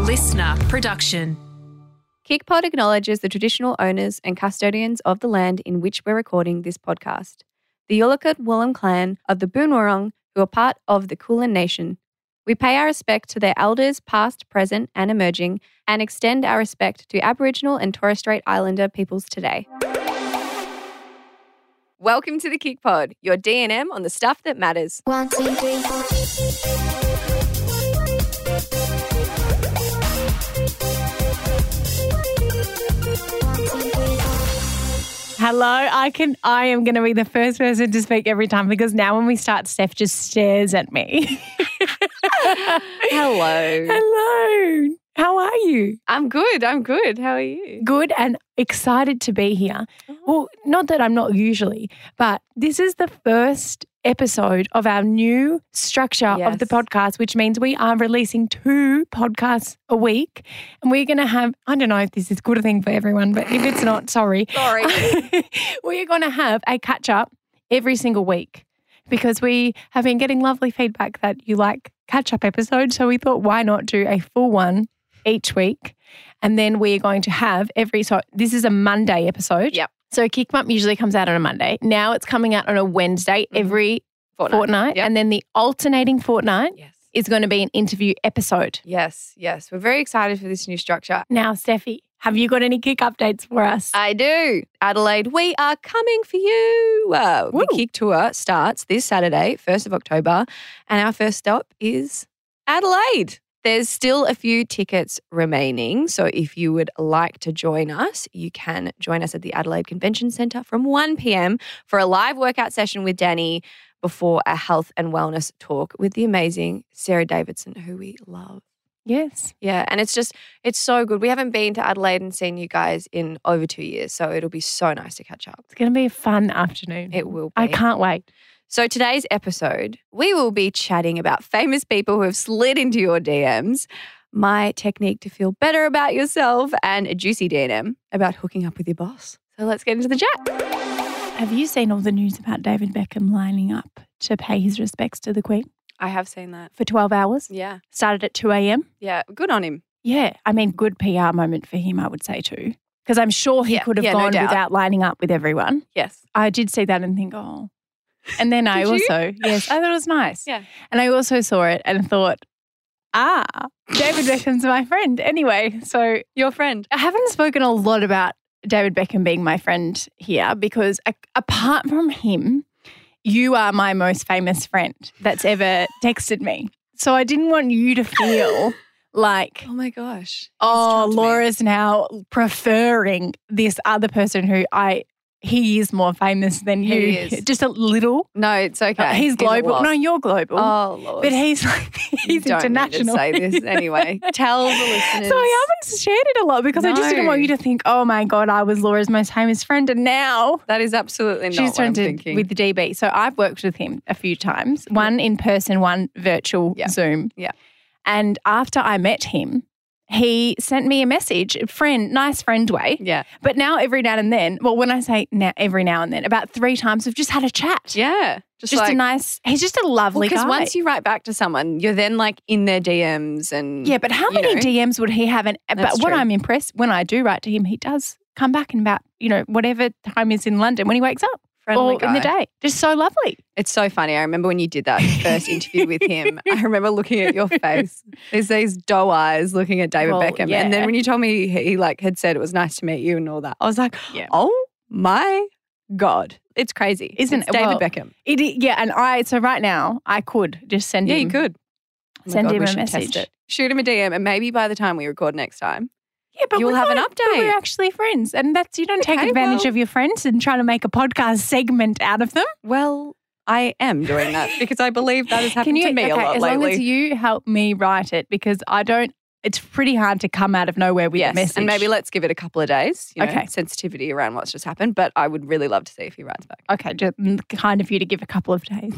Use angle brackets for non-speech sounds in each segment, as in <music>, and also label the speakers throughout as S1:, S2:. S1: listener production.
S2: Kickpod acknowledges the traditional owners and custodians of the land in which we're recording this podcast, the Yulukit Wollum clan of the Boonwurrung, who are part of the Kulin Nation. We pay our respect to their elders, past, present, and emerging, and extend our respect to Aboriginal and Torres Strait Islander peoples today. Welcome to the Kickpod, your DNM on the stuff that matters.
S3: One, two, three, four.
S4: Hello, I can. I am going to be the first person to speak every time because now when we start, Steph just stares at
S1: <laughs>
S4: me.
S2: <laughs> Hello.
S4: Hello, how are you?
S2: <laughs> I'm good. I'm good. How are you?
S4: Good and excited to be here.
S1: Oh.
S4: Well, not that I'm not usually, but this is the first episode of our new structure of the
S2: Yes.
S4: podcast, which means we are releasing two podcasts a week, and we're going to have. I don't know if this is a good thing for everyone, but if it's not, sorry.
S2: <laughs> Sorry.
S4: <laughs> we are going to have a catch up every single week because we have been getting lovely feedback that you like catch up episodes. So we thought, why not do a full one each week? And then we're going to have every so this is a Monday episode.
S2: Yep.
S4: So Kick Bump usually comes out on a Monday. Now it's coming out on a Wednesday
S2: Mhm.
S4: every fortnight.
S2: Yep.
S4: And then the alternating fortnight
S2: Yes.
S4: is going to be an interview episode.
S2: Yes, yes. We're very excited for this new structure.
S4: Now, Steffi, have you got any kick updates for us?
S2: I do. Adelaide, we are coming for you. Uh, the
S4: Woo.
S2: Kick Tour starts this Saturday, 1st of October, and our first stop is Adelaide. There's still a few tickets remaining, so if you would like to join us, you can join us at the Adelaide Convention Centre from 1 p.m. for a live workout session with Danny before a health and wellness talk with the amazing Sarah Davidson, who we love.
S4: yes.
S2: Yeah, and it's just it's so good. We haven't been to Adelaide and seen you guys in over two years, so it'll be so nice to catch up.
S4: It's going to be a fun afternoon.
S2: It will. Be.
S4: I can't wait.
S2: So today's episode, we will be chatting about famous people who have slid into your DMs, my technique to feel better about yourself, and a juicy DNM about hooking up with your boss. So let's get into the chat.
S4: Have you seen all the news about David Beckham lining up to pay his respects to the Queen
S2: I have seen that.
S4: for 12 hours?
S2: Yeah,
S4: Started at 2 a.m.
S2: yeah. Good on him.
S4: Yeah, I mean, good PR moment for him, I would say, too. Because I'm sure he
S2: Yeah,
S4: could have
S2: yeah, no
S4: gone
S2: doubt.
S4: without lining up with everyone.
S2: Yes.
S4: I did see that and think, oh. And then I
S2: Did you?
S4: also, yes, I thought it was nice.
S2: Yeah.
S4: And I also saw it and thought, ah,
S2: <laughs>
S4: David Beckham's my friend. Anyway, so
S2: Your friend.
S4: I haven't spoken a lot about David Beckham being my friend here because a- apart from him, you are my most famous friend that's ever texted me. So I didn't want you to
S2: <laughs>
S4: feel like,
S2: Oh my gosh.
S4: oh,
S2: He's trapped me.
S4: Laura's now preferring this other person who I, he is more famous than you.
S2: He is.
S4: Just a little.
S2: No, it's okay.
S4: he's
S2: a
S4: global.
S2: wasp.
S4: No, you're global.
S2: Oh Lord.
S4: but he's like, <laughs> he's
S2: you don't
S4: international.
S2: Need to say this <laughs> anyway. Tell the listeners.
S4: So I haven't shared it a lot because I just didn't want
S2: No.
S4: you to think, oh my God, I was Laura's most famous friend. And now
S2: That is absolutely not
S4: she's
S2: what I'm
S4: turned to
S2: thinking.
S4: with the DB. So I've worked with him a few times, one in person, one virtual
S2: Yeah.
S4: Zoom.
S2: Yeah.
S4: And after I met him, he sent me a message, friend, nice friend way.
S2: yeah,
S4: But now every now and then, well, when I say now, every now and then, about three times, we've just had a chat.
S2: yeah.
S4: Just, a nice, he's just a lovely
S2: because
S4: guy.
S2: once you write back to someone, you're then like in their DMs and
S4: Yeah, but how
S2: you
S4: many
S2: know.
S4: DMs would he have? And uh, but
S2: That's
S4: what
S2: true.
S4: I'm impressed when I do write to him, he does come back in about you know whatever time is in London when he wakes up
S2: friendly
S4: or in the
S2: guy.
S4: day. Just so lovely.
S2: It's so funny. I remember when you did that
S4: <laughs>
S2: first interview with him. I remember looking at your face. There's these doe eyes looking at David
S4: Well,
S2: Beckham, and
S4: yeah.
S2: then when you told me he, he like had said it was nice to meet you and all that, I was like,
S4: Yeah.
S2: oh my god, it's crazy,
S4: Isn't
S2: It's
S4: it?
S2: David
S4: Well,
S2: Beckham.
S4: It i- yeah, and I so right now I could just send
S2: Yeah,
S4: him.
S2: you could. Oh my
S4: Send
S2: God,
S4: him
S2: we
S4: a
S2: should test
S4: message.
S2: it. Shoot him a DM, and maybe by the time we record next time,
S4: Yeah, but
S2: you'll
S4: we're
S2: have an
S4: not- but
S2: update.
S4: We're actually friends, and that's you don't take
S2: Okay,
S4: advantage
S2: well-
S4: of your friends and try to make a podcast segment out of them.
S2: Well, I am doing that because I believe
S4: <laughs>
S2: that has happened
S4: you
S2: to me a
S4: okay,
S2: lot
S4: as
S2: lately.
S4: long as you help me write it because I don't. It's pretty hard to come out of nowhere with a
S2: yes,
S4: message.
S2: and maybe let's give it a couple of days. You know,
S4: Okay.
S2: sensitivity around what's just happened, but I would really love to see if he writes back.
S4: okay, just kind of you to give a couple of days.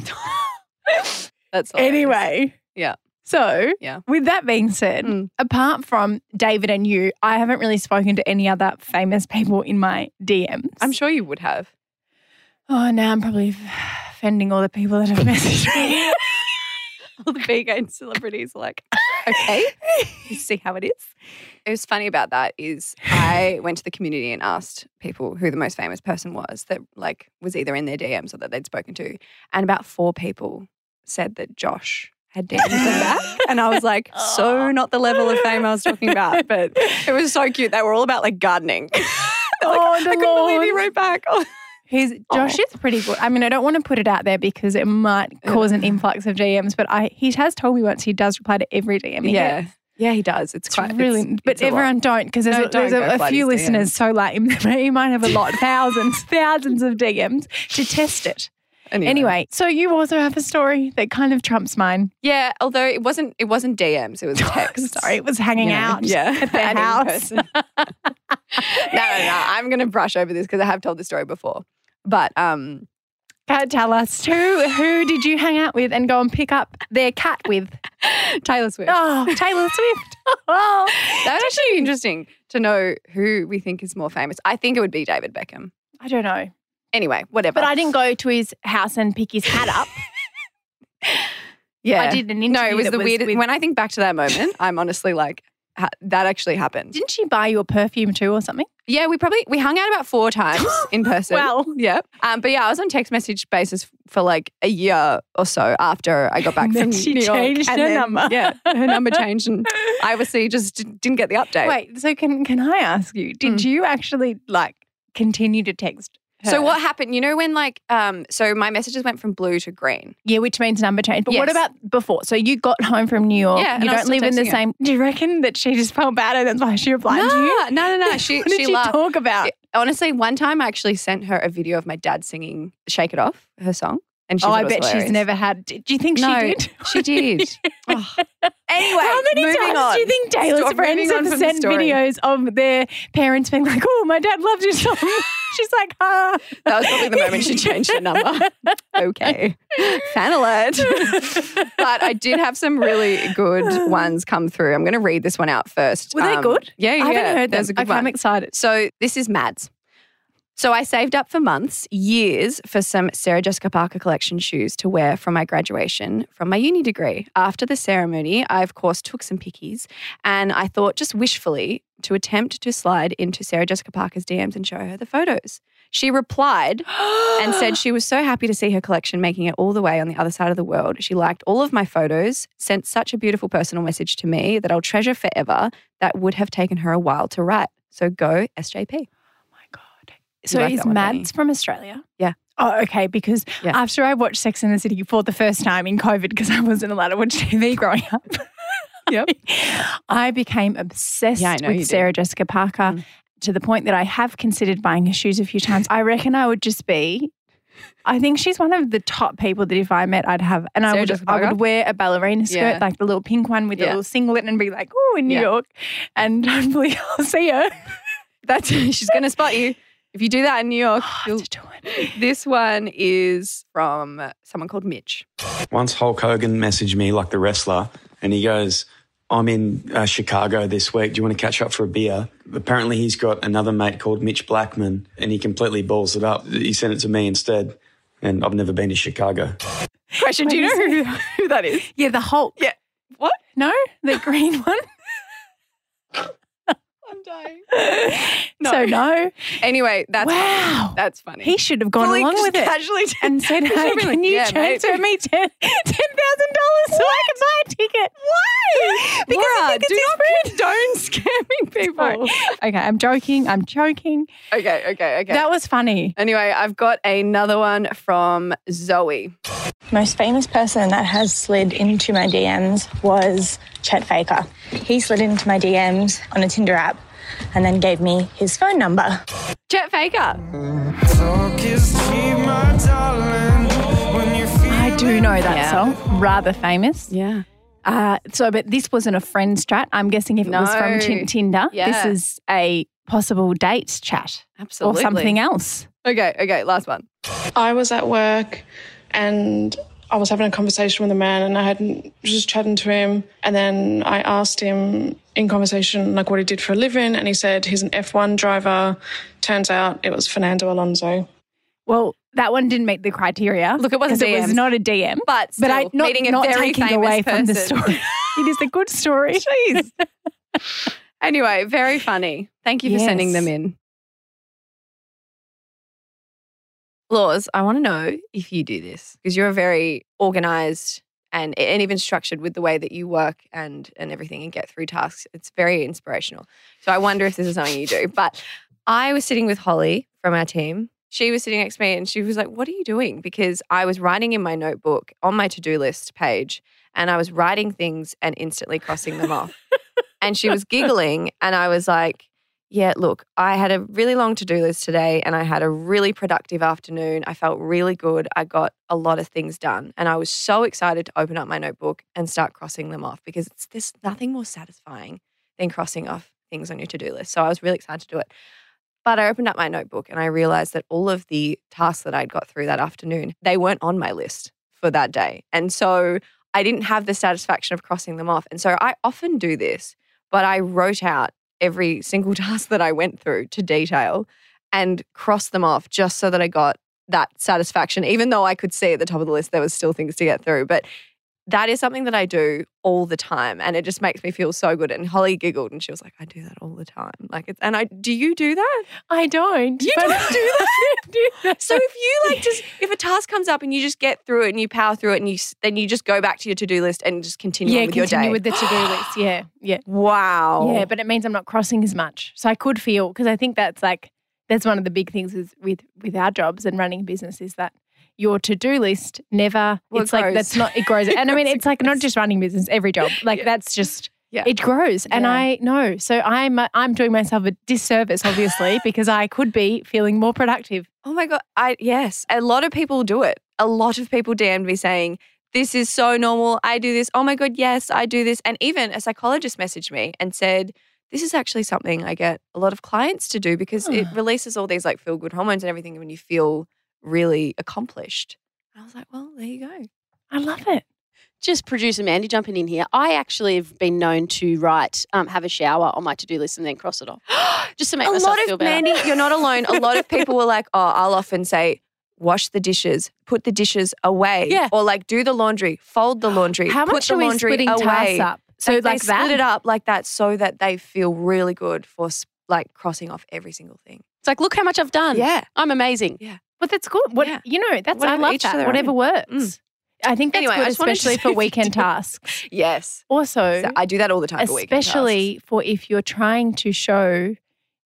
S4: <laughs>
S2: That's all it is.
S4: Anyway.
S2: Yeah.
S4: So,
S2: Yeah.
S4: with that being said,
S2: Mm.
S4: apart from David and you, I haven't really spoken to any other famous people in my DMs.
S2: I'm sure you would have.
S4: <laughs> Oh, now I'm probably offending all the people that have messaged me.
S2: all the vegan celebrities are like, okay, let's see how it is. It was funny about that is I went to the community and asked people who the most famous person was that like was either in their DMs or that they'd spoken to, and about four people said that Josh had DMs them back, and I was like, so not the level of fame I was talking about, but it was so cute. They were all about like gardening. <laughs> They're like,
S4: Oh,
S2: I couldn't believe he
S4: Lord.
S2: wrote back.
S4: He's Josh
S2: Oh.
S4: is pretty good. I mean, I don't want to put it out there because it might cause an influx of DMs, but I he has told me once he does reply to every DM. he
S2: yeah,
S4: gets.
S2: yeah, he does. It's,
S4: It's
S2: quite
S4: really,
S2: it's-
S4: but
S2: it's a lot.
S4: everyone don't because there's,
S2: No,
S4: a, there's
S2: don't go
S4: a, a
S2: flood
S4: few
S2: his
S4: listeners so lame. he might have a lot, thousands, thousands of DMs to test it. Anyway, so you also have a story that kind of trumps
S2: <laughs>
S4: mine. <laughs>
S2: Yeah, although it wasn't it wasn't DMs, it was text.
S4: Sorry, it was hanging
S2: You know,
S4: out
S2: yeah, <laughs>
S4: at their
S2: and in
S4: house.
S2: person. no, no, no. I'm going to brush over this because I have told the story before. But um,
S4: Can't Uh, tell us who who did you hang out with and go and pick up their cat with?
S2: <laughs> Taylor Swift.
S4: Oh, Taylor Swift. Oh,
S2: That's actually interesting to know who we think is more famous. I think it would be David Beckham.
S4: <laughs> I don't know.
S2: Anyway, whatever.
S4: But I didn't go to his house and pick his hat up.
S2: yeah.
S4: I did an interview.
S2: no, it was
S4: that
S2: the weirdest.
S4: with-
S2: When I think back to that
S4: <laughs>
S2: moment, I'm honestly like, ha- that actually happened.
S4: didn't she buy you a perfume too or something?
S2: Yeah, we probably we hung out about
S4: <gasps>
S2: four times in person.
S4: Wow.
S2: yeah. Um, but yeah, I was on text message basis for like a year or so after I <laughs> got back
S4: And then
S2: from
S4: she
S2: New York.
S4: changed her number.
S2: Yeah, her number changed, and I obviously just d- didn't get the update.
S4: Wait, so can can I ask you? Did
S2: Mm.
S4: you actually like continue to text? Her?
S2: So what happened? You know when like um, so my messages went from blue to green.
S4: Yeah, which means number change. But what
S2: Yes.
S4: about before? So you got home from New York.
S2: Yeah, and
S4: you
S2: I was
S4: don't
S2: still
S4: live in the
S2: texting her.
S4: same. Do you reckon that she just felt bad and that's why she replied to you?
S2: no, no, no, no.
S4: <laughs>
S2: She <laughs>
S4: What did
S2: she
S4: she
S2: laughed.
S4: talk about?
S2: Honestly, one time I actually sent her a video of my dad singing "Shake It Off," her song, and she
S4: oh,
S2: thought
S4: I
S2: it was
S4: bet
S2: hilarious.
S4: she's never had. Do you think
S2: No,
S4: she
S2: <laughs>
S4: did?
S2: She did. Oh. Anyway,
S4: How many
S2: moving
S4: times
S2: on.
S4: do you think Taylor's
S2: Stop
S4: friends
S2: moving on
S4: have
S2: from the
S4: sent
S2: story.
S4: videos of their parents being like, "Oh, my dad loved your
S2: <laughs>
S4: song." <laughs> She's like, "Ah."
S2: That was probably the moment
S4: <laughs>
S2: she changed her number. okay.
S4: <laughs>
S2: Fan alert. but I did have some really
S4: <sighs>
S2: good ones come through. I'm going to read this one out first. Um,
S4: Were they good?
S2: Yeah, yeah.
S4: I haven't heard
S2: There's
S4: them.
S2: a good
S4: okay, I'm
S2: one.
S4: excited. <gasps>
S2: So this is Mads. So I saved up for months, years, for some Sarah Jessica Parker collection shoes to wear from my graduation from my uni degree. After the ceremony, I of course took some pickies and I thought just wishfully to attempt to slide into Sarah Jessica Parker's DMs and show her the photos. She replied
S4: <gasps>
S2: and said she was so happy to see her collection making it all the way on the other side of the world. She liked all of my photos, sent such a beautiful personal message to me that I'll treasure forever. That would have taken her a while to write. So go SJP.
S4: "Oh my god." So
S2: like
S4: is
S2: that one, don't
S4: Mads from Australia?
S2: Yeah.
S4: Oh, okay. Because
S2: Yeah.
S4: after I watched Sex in the City for the first time in COVID, because I wasn't allowed to watch TV growing up, <laughs>
S2: Yep.
S4: I became obsessed
S2: Yeah, I know you
S4: with
S2: did.
S4: Sarah Jessica Parker
S2: Mm.
S4: to the point that I have considered buying her shoes a few times. I reckon I would just be. I think she's one of the top people that if I met, I'd have, and I
S2: Sarah
S4: would,
S2: Jessica
S4: I
S2: Parker?
S4: would wear a ballerina skirt,
S2: Yeah.
S4: like the little pink one with the
S2: Yeah.
S4: little singlet, and be like, "Oh, in New
S2: Yeah.
S4: York," and hopefully <laughs> I'll see her.
S2: That's <laughs> she's going to spot you if you do that in New York.
S4: <gasps> Oh, I
S2: you'll-
S4: have to do it.
S2: this one is from someone called Mitch.
S1: Once Hulk Hogan messaged me, like the wrestler, and he goes, I'm in uh, Chicago this week. Do you want to catch up for a beer? Apparently, he's got another mate called Mitch Blackman, and he completely balls it up. He sent it to me instead, and I've never been to Chicago.
S2: Question: Do you
S4: What
S2: know who, <laughs> who
S4: <laughs>
S2: that is?
S4: Yeah, the Hulk.
S2: Yeah. What?
S4: No,
S2: <laughs>
S4: the green one.
S2: I'm dying. <laughs> No.
S4: So no.
S2: Anyway, that's
S4: Wow.
S2: that's funny.
S4: He should have gone
S2: Fully
S4: along
S2: just
S4: with it.
S2: Casually <laughs>
S4: and said,
S2: Which
S4: "Hey,
S2: I'd be like,
S4: can you
S2: "Yeah,
S4: transfer
S2: maybe."
S4: me
S2: <laughs>
S4: ten thousand dollars so I can buy a ticket?" Why? <laughs> Because I
S2: Laura,
S4: think
S2: do not
S4: it's
S2: condone
S4: <laughs>
S2: scamming people.
S4: his food. Okay, I'm joking. I'm joking.
S2: Okay, okay, okay.
S4: That was funny.
S2: anyway, I've got another one from Zoe.
S3: most famous person that has slid into my DMs was Chet Faker. He slid into my DMs on a Tinder app and then gave me his phone number.
S2: Chet Faker.
S4: I do know that
S2: Yeah.
S4: song. Rather famous.
S2: Yeah.
S4: Uh, so, but this wasn't a friend strat. I'm guessing if it was from
S2: No.
S4: Tin Tinder,
S2: Yeah.
S4: this is a possible date chat
S2: Absolutely.
S4: or something else.
S2: Okay, okay, last one.
S5: I was at work and I was having a conversation with a man and I hadn't just chatting to him and then I asked him in conversation like what he did for a living and he said he's an F1 driver. Turns out it was Fernando Alonso.
S4: Well, That one didn't meet the criteria.
S2: Look, it wasn't
S4: 'cause It was
S2: DMs.
S4: not a DM.
S2: But still,
S4: but I not,
S2: meeting a
S4: not
S2: very
S4: taking
S2: famous
S4: away
S2: person.
S4: from the story. it is a good story.
S2: <laughs> Jeez. anyway, very funny. Thank you for sending
S4: Yes.
S2: them in. Laws, I want to know if you do this because you're very organized and and even structured with the way that you work and and everything and get through tasks. It's very inspirational. So I wonder if this is something you do. But I was sitting with Holly from our team. She was sitting next to me and she was like, "What are you doing?" Because I was writing in my notebook on my to-do list page and I was writing things and instantly crossing them off. And she was giggling and I was like, yeah, look, I had a really long to do list today and I had a really productive afternoon. I felt really good. I got a lot of things done and I was so excited to open up my notebook and start crossing them off because it's, there's nothing more satisfying than crossing off things on your to do list. So I was really excited to do it. But I opened up my notebook and I realized that all of the tasks that I'd got through that afternoon, they weren't on my list for that day. And so I didn't have the satisfaction of crossing them off. And so I often do this, but I wrote out every single <laughs> task that I went through to detail and crossed them off just so that I got that satisfaction, even though I could see at the top of the list there was still things to get through. But that is something that I do all the time and it just makes me feel so good. And Holly giggled and she was like, I do that all the time. Like it's and I do you do that?
S4: I don't.
S2: You
S4: but-
S2: <laughs> don't do that?
S4: I don't do that.
S2: So if you
S4: <laughs>
S2: like just if a task comes up and you just get through it and you power through it and you s- then you just go back to your to-do list and just continue
S4: yeah,
S2: on with your
S4: continue
S2: day. Oh.
S4: with the to-do list. Yeah, yeah,
S2: <gasps> wow.
S4: yeah. But it means I'm not crossing as much, so I could feel because I think that's like that's one of the big things is with with our jobs and running a business is that your to-do list never.
S2: Well, it
S4: it's like
S2: grows.
S4: that's not it grows, and I
S2: <laughs>
S4: mean
S2: grows,
S4: it's like not just running business, every job. Like
S2: Yeah.
S4: that's just.
S2: Yeah.
S4: It grows, and
S2: Yeah.
S4: I know. So I'm uh, I'm doing myself a disservice,
S2: <laughs>
S4: obviously, because I could be feeling more productive.
S2: Oh my god! I yes, a lot of people do it. A lot of people DM'd me saying, "This is so normal. I do this. Oh my god, yes, I do this." And even a psychologist messaged me and said, "This is actually something I get a lot of clients to do because it
S4: Ah.
S2: releases all these like feel good hormones and everything when you feel really accomplished." And I was like, "Well, there you go."
S4: I love it.
S6: Just producer Mandy jumping in here. I actually have been known to write, um, have a shower on my to do list and then cross it off, <gasps> just to make
S2: a
S6: myself
S2: lot
S6: feel
S2: of
S6: better.
S2: Mandy, you're not alone. A
S4: <laughs>
S2: lot of people were like, "Oh, I'll often say." Wash the dishes, put the dishes away,
S6: Yeah.
S2: or like do the laundry,
S4: <gasps>
S2: fold the laundry,
S4: How
S2: put
S4: much
S2: the
S4: are we
S2: laundry
S4: splitting
S2: away.
S4: tasks up? So
S2: Like,
S4: like,
S2: they
S4: that.
S2: split it up like that so that they feel really good for s- like crossing off every single thing.
S6: It's like, look how much I've done.
S2: Yeah.
S6: I'm amazing.
S4: But that's good. What
S2: Yeah.
S4: you know, that's
S2: Whatever,
S4: I love
S2: each to
S4: that.
S2: their
S4: Whatever
S2: own.
S4: works.
S2: Mm.
S4: I think that's
S2: Anyway, I
S4: good,
S2: just wanted to
S4: especially
S2: see <laughs>
S4: for
S2: if you
S4: weekend
S2: did.
S4: tasks.
S2: Yes.
S4: Also,
S2: <laughs> So I do that all the time for weekend tasks.
S4: especially for if you're trying to show,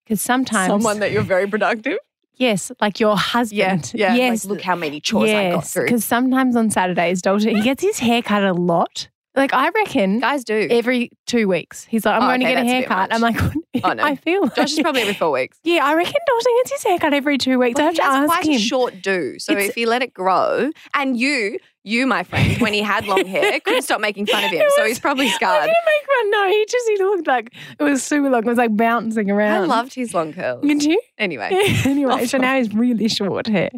S4: because sometimes
S2: that you're very productive.
S4: yes, like your
S2: <laughs> Yeah.
S4: husband,
S2: Yeah.
S4: yes,
S2: Like, look how many chores I got through.
S4: Because sometimes on Saturdays, Dalton he gets his hair cut a lot. Like I reckon.
S2: Guys do.
S4: Every two weeks, he's like, "I'm
S2: Oh,
S4: going
S2: okay,
S4: to get a
S2: that's a bit
S4: haircut." I'm like, <laughs>
S2: Oh, no.
S4: "I feel."
S2: Josh is
S4: like-
S2: probably every four
S4: <laughs>
S2: weeks.
S4: Yeah, I reckon Dalton gets his haircut every two weeks. I
S2: But
S4: have
S2: he
S4: to
S2: has
S4: ask
S2: quite
S4: him.
S2: a short do. So
S4: It's-
S2: if you let it grow, and you, you, my friend, when he had long hair, couldn't stop making
S4: <laughs>
S2: fun of him.
S4: It
S2: so
S4: was-
S2: he's probably
S4: I
S2: scarred.
S4: didn't make fun. No, he just he looked like it was super long. It was like bouncing
S2: I
S4: around.
S2: loved his long curls.
S4: <laughs> Did you?
S2: Anyway.
S4: <laughs> anyway, so now he's really short hair.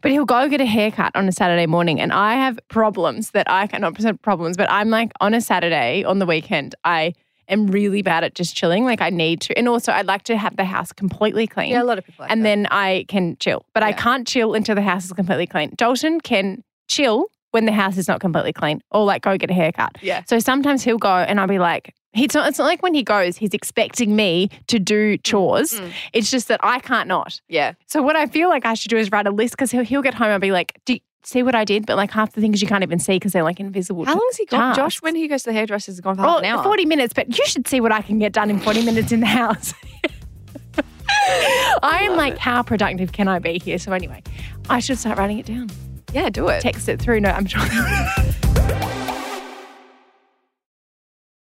S4: But he'll go get a haircut on a Saturday morning, and I have problems that I can not present problems, but I'm like on a Saturday on the weekend, I am really bad at just chilling. Like I need to, and also I'd like to have the house completely clean.
S2: Yeah, a lot of people like
S4: and
S2: that.
S4: then I can chill. But I
S2: Yeah.
S4: can't chill until the house is completely clean. Dalton can chill when the house is not completely clean, or like go get a haircut.
S2: Yeah.
S4: So sometimes he'll go, and I'll be like, "He's not." It's not like when he goes, he's expecting me to do chores.
S2: mm.
S4: It's just that I can't not.
S2: Yeah.
S4: So what I feel like I should do is write a list because he'll he'll get home and be like, "Do you see what I did?" But like half the things you can't even see because they're like invisible.
S2: How
S4: to-
S2: long's he gone? Josh,
S4: tasks.
S2: when he goes to the hairdresser, has gone for half
S4: Oh,
S2: an hour.
S4: 40 minutes, but you should see what I can get done in 40 minutes in the house. <laughs> I am like, how productive can I be here? So, anyway, I should start writing it down.
S2: Yeah, do it.
S4: Text it through. No, I'm sure.
S2: <laughs>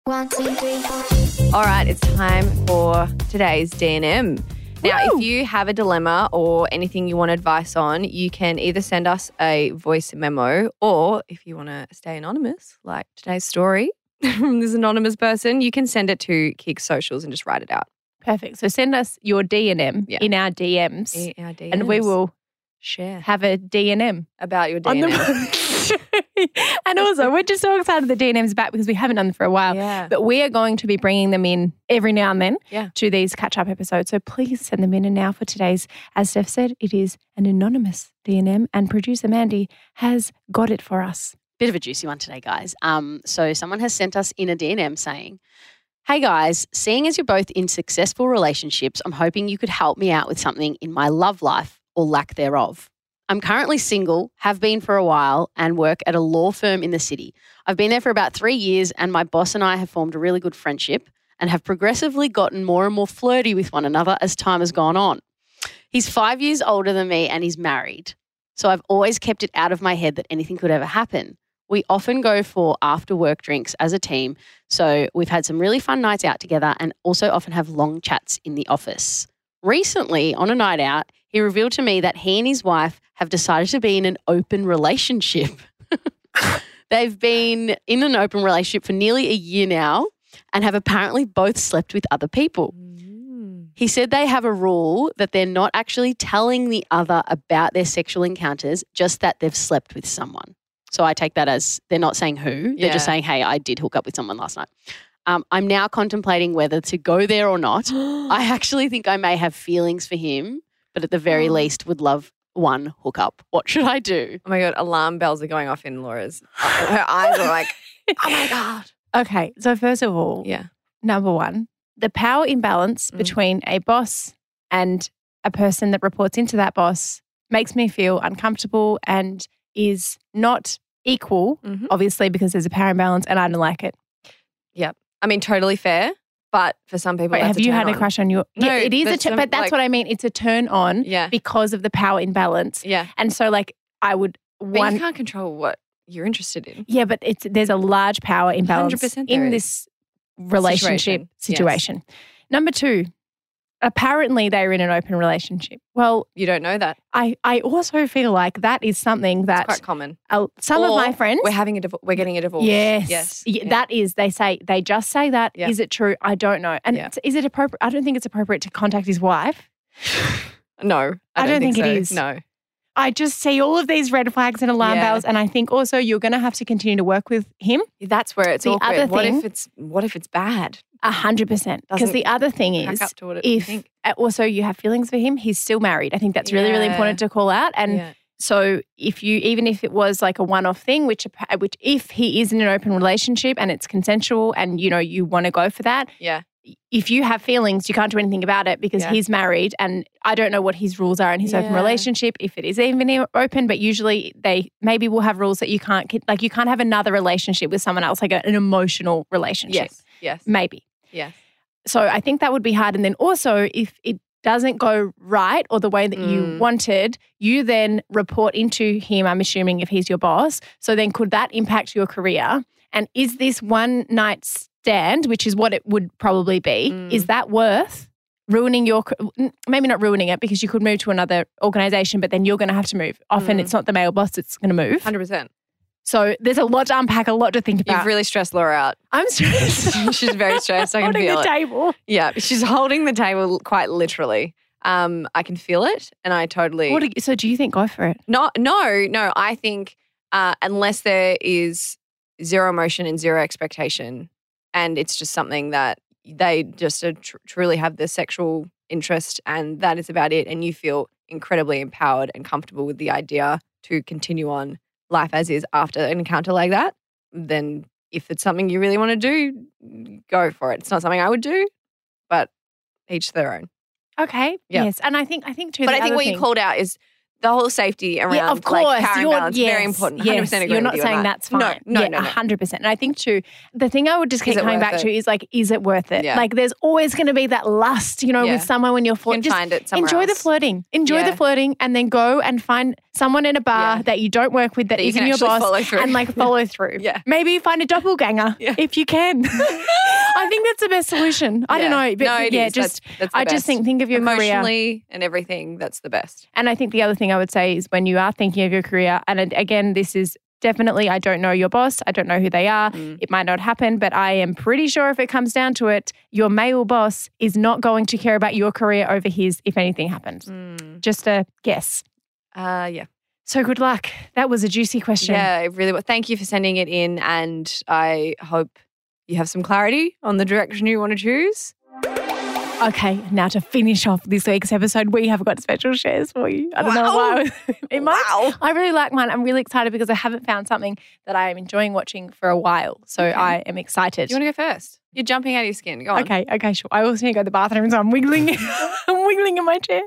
S7: One, two, three, four.
S2: All right, it's time for today's DNM. Now,
S4: Woo!
S2: if you have a dilemma or anything you want advice on, you can either send us a voice memo or if you want to stay anonymous, like today's story <laughs> from this anonymous person, you can send it to Kick Socials and just write it out.
S4: Perfect. So, send us your DNM
S2: Yeah.
S4: in our DMs
S2: in our
S4: and we
S2: DMs.
S4: will
S2: Share
S4: have a
S2: <laughs>
S4: D&M.
S2: about your
S4: on
S2: DNA. <laughs>
S4: the and also we're just so excited the DNM's back because we haven't done them for a while.
S2: Yeah. <gasps>
S4: But we are going to be bringing them in every now and then
S2: Yeah.
S4: to these catch up episodes. So please send them in. And now for today's, as Steph said, it is an anonymous DNM, and producer Mandy has got it for us.
S6: Bit of a juicy one today, guys. Um, so someone has sent us in a DNM saying, Hey guys, seeing as you're both in successful relationships, I'm hoping you could help me out with something in my love life or lack thereof. I'm currently single, have been for a while, and work at a law firm in the city. I've been there for about three years, and my boss and I have formed a really good friendship and have progressively gotten more and more flirty with one another as time has gone on. He's five years older than me and he's married. So I've always kept it out of my head that anything could ever happen. We often go for after work drinks as a team. So we've had some really fun nights out together and also often have long chats in the office. Recently, on a night out, he revealed to me that he and his wife have decided to be in an open relationship. <laughs> They've been in an open relationship for nearly a year now and have apparently both slept with other people. He said they have a rule that they're not actually telling the other about their sexual encounters, just that they've slept with someone. So I take that as they're not saying who, they're just
S2: Yeah.
S6: saying, hey, I did hook up with someone last night. Um, I'm now contemplating whether to go there or not. <gasps> I actually think I may have feelings for him, but at the very least, would love one hookup. What should I do?
S2: Oh my god, alarm bells are going off in Laura's. Her eyes are <gasps> like, oh my god.
S4: <laughs> Okay, so first of all,
S2: Yeah.
S4: number one, the power imbalance
S2: Mm.
S4: between a boss and a person that reports into that boss makes me feel uncomfortable and is not equal,
S2: Mhm.
S4: obviously, because there's a power imbalance and I don't like it.
S2: I mean, totally fair, but for some people,
S4: Wait,
S2: that's
S4: have you had
S2: turn
S4: a
S2: on.
S4: crush on your?
S2: No,
S4: yeah, it is a,
S2: that's
S4: tu-
S2: some-
S4: but that's
S2: like-
S4: what I mean. It's a turn on
S2: Yeah,
S4: because of the power imbalance,
S2: yeah.
S4: and so like I would
S2: But you
S4: one.
S2: can't control what you're interested in.
S4: Yeah, but it's there's a large power imbalance
S2: 100% there
S4: in
S2: is.
S4: this relationship
S2: Situation, yes.
S4: situation. Number two, apparently they're in an open relationship. Well,
S2: You don't know that.
S4: I, I also feel like that is something
S2: It's
S4: that
S2: quite common.
S4: uh, some of
S2: Or
S4: my friends.
S2: We're having a divorce. We're getting a divorce.
S4: Yes.
S2: Yes.
S4: Y-
S2: Yeah.
S4: That is, they say, they just say that. Is
S2: Yeah.
S4: it true? I don't know. And
S2: Yeah.
S4: it's- is it appropriate? I don't think it's appropriate to contact his wife.
S2: No, I don't,
S4: I don't think it
S2: so.
S4: is.
S2: No.
S4: I just see all of these red flags and alarm
S2: Yeah.
S4: bells. And I think also you're going to have to continue to work with him.
S2: That's where it's
S4: The
S2: awkward.
S4: other
S2: what
S4: thing-
S2: if it's what if it's bad?
S4: A hundred percent. Because
S2: Doesn't
S4: the other thing
S2: Back
S4: is,
S2: up to what it,
S4: if
S2: think.
S4: uh, also you have feelings for him, he's still married. I think that's really, really
S2: Yeah.
S4: important to call out. And
S2: yeah.
S4: so, if you even if it was like a one-off thing, which appa- which if he is in an open relationship and it's consensual, and you know you want to go for that,
S2: Yeah.
S4: if you have feelings, you can't do anything about it because
S2: Yeah.
S4: he's married, and I don't know what his rules are in his open
S2: Yeah.
S4: relationship. If it is even e- open, but usually they maybe will have rules that you can't ki- like you can't have another relationship with someone else, like a- an emotional relationship,
S2: Yes. Yes.
S4: maybe.
S2: yes.
S4: So I think that would be hard. And then also, if it doesn't go right or the way that you
S2: Mm.
S4: wanted, you then report into him, I'm assuming, if he's your boss. So then could that impact your career? And is this one night stand, which is what it would probably be,
S2: Mm.
S4: is that worth? Ruining your, ca- n- maybe not ruining it because you could move to another organization, but then you're going to have to move. Often
S2: Mm.
S4: it's not the male boss that's going to move.
S2: Hundred percent.
S4: So there's a lot to unpack, a lot to think about.
S2: You've really stressed
S4: <laughs>
S2: Laura out. <laughs>
S4: I'm stressed.
S2: She's very stressed. I can
S4: Holding
S2: feel
S4: the
S2: it.
S4: table.
S2: Yeah, she's holding the table quite literally. Um, I can feel it, and I totally.
S4: What do you- so do you think go for it?
S2: No, no, no. I think uh, unless there is zero emotion and zero expectation, and it's just something that they just uh, tr- truly have the sexual interest, and that is about it, and you feel incredibly empowered and comfortable with the idea to continue on life as is after an encounter like that, then if it's something you really want to do, go for it. It's not something I would do, but each their own.
S4: Okay.
S2: Yeah.
S4: Yes. And I think I think too.
S2: But
S4: the
S2: I think
S4: other
S2: what
S4: thing,
S2: you called out is the whole safety around
S4: yeah, of course,
S2: like, power
S4: you're,
S2: imbalance.
S4: yes,
S2: very important. 100%
S4: Yes,
S2: agree
S4: you're
S2: with
S4: not
S2: you on
S4: saying
S2: that.
S4: that's fine.
S2: No, no,
S4: yeah,
S2: no, no.
S4: hundred percent. And I think too, the thing I would just
S2: Is
S4: keep
S2: it
S4: coming
S2: worth
S4: back
S2: it?
S4: to is like, is it worth it?
S2: Yeah.
S4: Like, there's always going to be that lust, you know,
S2: Yeah.
S4: with someone when you're
S2: You
S4: flirting.
S2: can
S4: Just
S2: find it somewhere
S4: enjoy the
S2: else.
S4: flirting. Enjoy the
S2: Yeah.
S4: flirting, and then go and find someone in a bar
S2: Yeah.
S4: that you don't work with that
S2: That you
S4: isn't
S2: can
S4: your
S2: actually
S4: boss,
S2: follow through.
S4: and like follow through.
S2: <laughs> Yeah.
S4: Maybe find a doppelganger
S2: Yeah.
S4: if you can. <laughs> I think that's the best solution. I don't
S2: Yeah.
S4: know, but
S2: No, it
S4: yeah,
S2: is.
S4: just
S2: That's- that's the
S4: I just
S2: best.
S4: think think of your career.
S2: Emotionally and everything, that's the best.
S4: And I think the other thing I would say is when you are thinking of your career, and it- again, this is definitely, I don't know your boss, I don't know who they are, it might not happen, but I am pretty sure if it comes down to it, your male boss
S2: Mm.
S4: Mm. is not going to care about your career over his if anything happens. Just a guess.
S2: Uh, yeah.
S4: So good luck. That was a juicy question.
S2: Yeah, it really was. Thank you for sending it in. And I hope you have some clarity on the direction you want to choose.
S4: Okay, now to finish off this week's episode, we have got special shares for you. I don't know why. <laughs> it might- I really like mine. I'm really excited because I haven't found something that I am enjoying watching for a while. So I am excited.
S2: Do you want to go first? You're jumping out of your skin. Go on.
S4: Okay, okay, sure. I also need to go to the bathroom, so I'm wiggling. <laughs> I'm wiggling in my chair.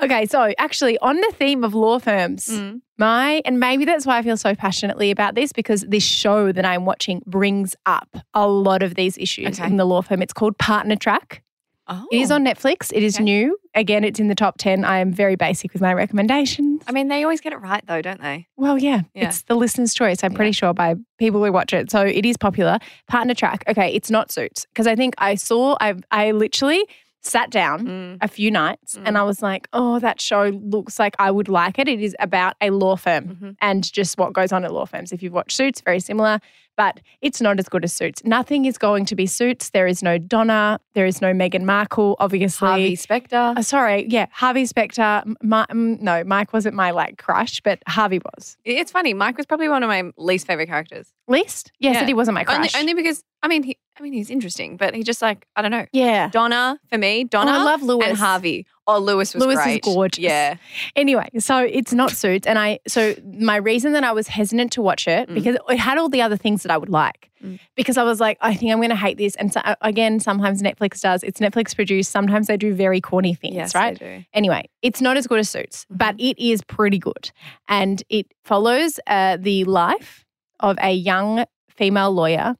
S4: Okay, so actually, on the theme of law firms,
S2: Mm.
S4: my and maybe that's why I feel so passionately about this because this show that I'm watching brings up a lot of these issues
S2: Okay.
S4: in the law firm. It's called Partner Track.
S2: Oh.
S4: It is on Netflix. It is
S2: Okay.
S4: new. Again, it's in the top ten. I am very basic with my recommendations.
S2: I mean, they always get it right, though, don't they?
S4: Well, yeah,
S2: Yeah.
S4: it's the listener's choice. I'm pretty sure by people who watch it, so it is popular. Partner track. Okay, it's not suits because I think I saw. I I literally sat down
S2: Mm.
S4: a few nights and I was like, oh, that show looks like I would like it. It is about a law firm
S2: Mhm.
S4: and just what goes on at law firms. If you've watched Suits, very similar, but it's not as good as Suits. Nothing is going to be Suits. There is no Donna. There is no Meghan Markle. Obviously,
S2: Harvey Specter.
S4: uh, sorry, yeah, Harvey Specter. M- My, mm, no, Mike wasn't my like crush, but Harvey was.
S2: It's funny. Mike was probably one of my least favorite characters.
S4: Least, yes,
S2: Yeah.
S4: and he wasn't my
S2: Only,
S4: crush.
S2: only because I mean, he, I mean, he's interesting, but he just like I don't know.
S4: yeah.
S2: Donna for me, Donna.
S4: Oh, I love Lewis.
S2: and Harvey. Oh, Lewis was
S4: Lewis is
S2: great.
S4: gorgeous.
S2: Yeah,
S4: Anyway, so it's not Suits, and I. So my reason that I was hesitant to watch it
S2: Mm.
S4: because it had all the other things that I would like,
S2: Mm.
S4: because I was like, I think I'm going to hate this. And so uh, again, sometimes Netflix does. It's Netflix produced. Sometimes they do very corny things,
S2: yes,
S4: right?
S2: they do.
S4: Anyway, it's not as good as Suits,
S2: Mm-hmm.
S4: but it is pretty good. And it follows uh, the life of a young female lawyer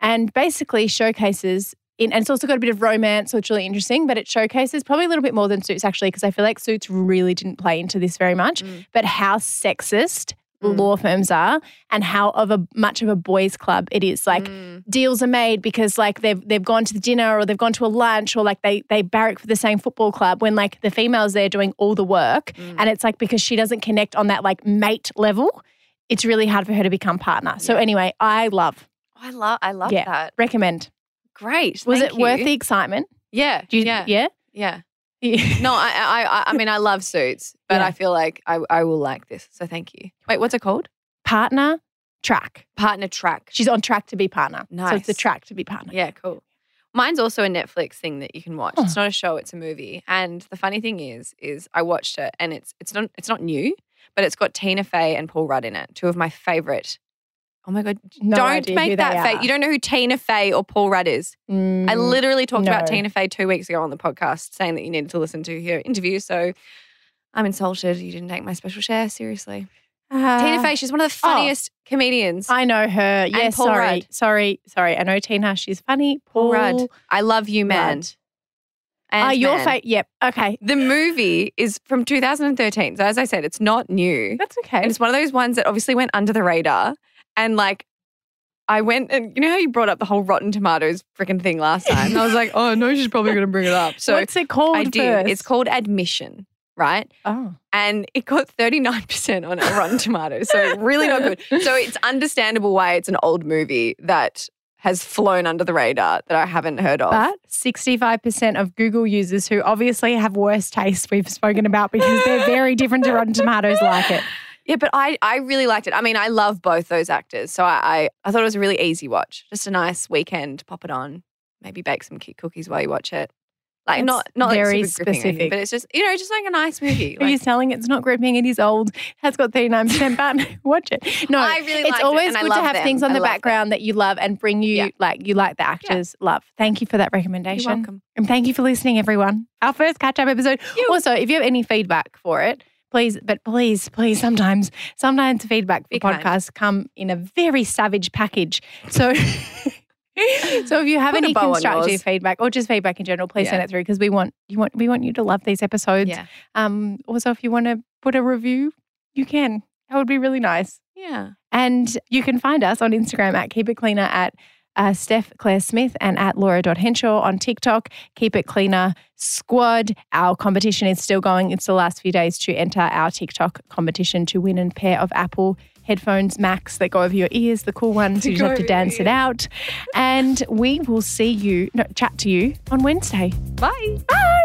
S4: and basically showcases. In, and it's also got a bit of romance, so it's really interesting, but it showcases probably a little bit more than Suits, actually, because I feel like Suits really didn't play into this very much,
S2: Mm.
S4: but how sexist
S2: Mm.
S4: law firms are and how of a much of a boys' club it is. Like,
S2: Mm.
S4: deals are made because like they've they've gone to the dinner or they've gone to a lunch or like they they barrack for the same football club when like the female's there doing all the work
S2: Mm.
S4: and it's like because she doesn't connect on that like mate level, it's really hard for her to become partner. So
S2: Yeah.
S4: anyway, I love
S2: Oh, I love, I love
S4: Yeah.
S2: that.
S4: recommend.
S2: Great.
S4: Was
S2: Thank
S4: it worth
S2: you.
S4: the excitement?
S2: Yeah,
S4: Do you,
S2: yeah,
S4: yeah.
S2: yeah.
S4: Yeah. <laughs>
S2: No, I, I, I- I mean, I love suits, but
S4: Yeah.
S2: I feel like I, I will like this. So thank you. Wait, what's it called?
S4: partner track.
S2: Partner track.
S4: She's on track to be partner. So it's the
S2: Nice.
S4: track to be partner.
S2: Yeah, cool. Mine's also a Netflix thing that you can watch. It's
S4: Oh.
S2: not a show; it's a movie. And the funny thing is, is I watched it, and it's it's not it's not new, but it's got Tina Fey and Paul Rudd in it, two of my favorite. Oh my god!
S4: No
S2: don't
S4: idea who
S2: make
S4: they
S2: that fake.
S4: are.
S2: You don't know who Tina Fey or Paul Rudd is. I
S4: Mm.
S2: literally talked about
S4: no.
S2: Tina Fey two weeks ago on the podcast, saying that you needed to listen to her interview. So I'm insulted. You didn't take my special share seriously.
S4: Uh,
S2: Tina Fey, she's one of the
S4: oh.
S2: funniest comedians.
S4: I know her. Yes,
S2: Paul
S4: sorry.
S2: Rudd.
S4: Sorry, sorry. I know Tina. She's funny. Paul,
S2: Paul Rudd. I love you, man.
S4: Rudd.
S2: And
S4: Ah, your
S2: man.
S4: fate. Yep. Okay.
S2: The movie is from 2013. So, as I said, it's not new.
S4: That's okay.
S2: And it's one of those ones that obviously went under the radar. And like, I went and you know how you brought up the whole Rotten Tomatoes freaking thing last time? I was like, oh, no, she's probably going to bring it up. So,
S4: What's it called?
S2: I did. It's
S4: first?
S2: called Admission, right?
S4: Oh.
S2: And it got 39% on Rotten Tomatoes. So, really not good. So, it's understandable why it's an old movie that has flown under the radar that I haven't heard of.
S4: But 65% of Google users who obviously have worse taste we've spoken about because they're very different to Rotten Tomatoes like
S2: <laughs>
S4: it.
S2: Yeah, but I, I really liked it. I mean, I love both those actors. So I, I, I thought it was a really easy watch. Just a nice weekend, pop it on, maybe bake some ki- cookies while you watch it. Like
S4: It's
S2: not not
S4: very
S2: like super gripping or anything,
S4: specific.
S2: but it's just you know just like a nice movie.
S4: Are you
S2: Like,
S4: selling it's not gripping, it is old, has got 39%,
S2: <laughs>
S4: but <laughs> watch it. No,
S2: I really liked
S4: it's
S2: it,
S4: always
S2: and I
S4: good to
S2: love
S4: have
S2: them.
S4: things on
S2: I
S4: the
S2: love them.
S4: background that you love and bring you
S2: Yeah.
S4: like you like the actors love. Thank you for that recommendation.
S2: You're welcome.
S4: And thank you for listening, everyone. Our first catch up episode. Also, if you have any feedback for it, please, but please, please, sometimes, sometimes feedback for
S2: Be kind.
S4: podcasts come in a very savage package. So, <laughs> so if you have
S2: Put a
S4: any
S2: bow on yours.
S4: constructive feedback or just feedback in general, please send
S2: Yeah.
S4: it through because we want you want we want you to love these episodes.
S2: Yeah,
S4: Um, also, if you want to put a review, you can. That would be really nice.
S2: yeah.
S4: And you can find us on Instagram at Keep It Cleaner at uh, Steph Claire Smith and at Laura.Henshaw on TikTok, Keep It Cleaner Squad. Our competition is still going. It's the last few days to enter our TikTok competition to win a pair of Apple headphones, Macs that go over your ears, the cool ones. You just have to dance it out. And we will see you, no, chat to you on Wednesday.
S2: Bye.
S4: Bye.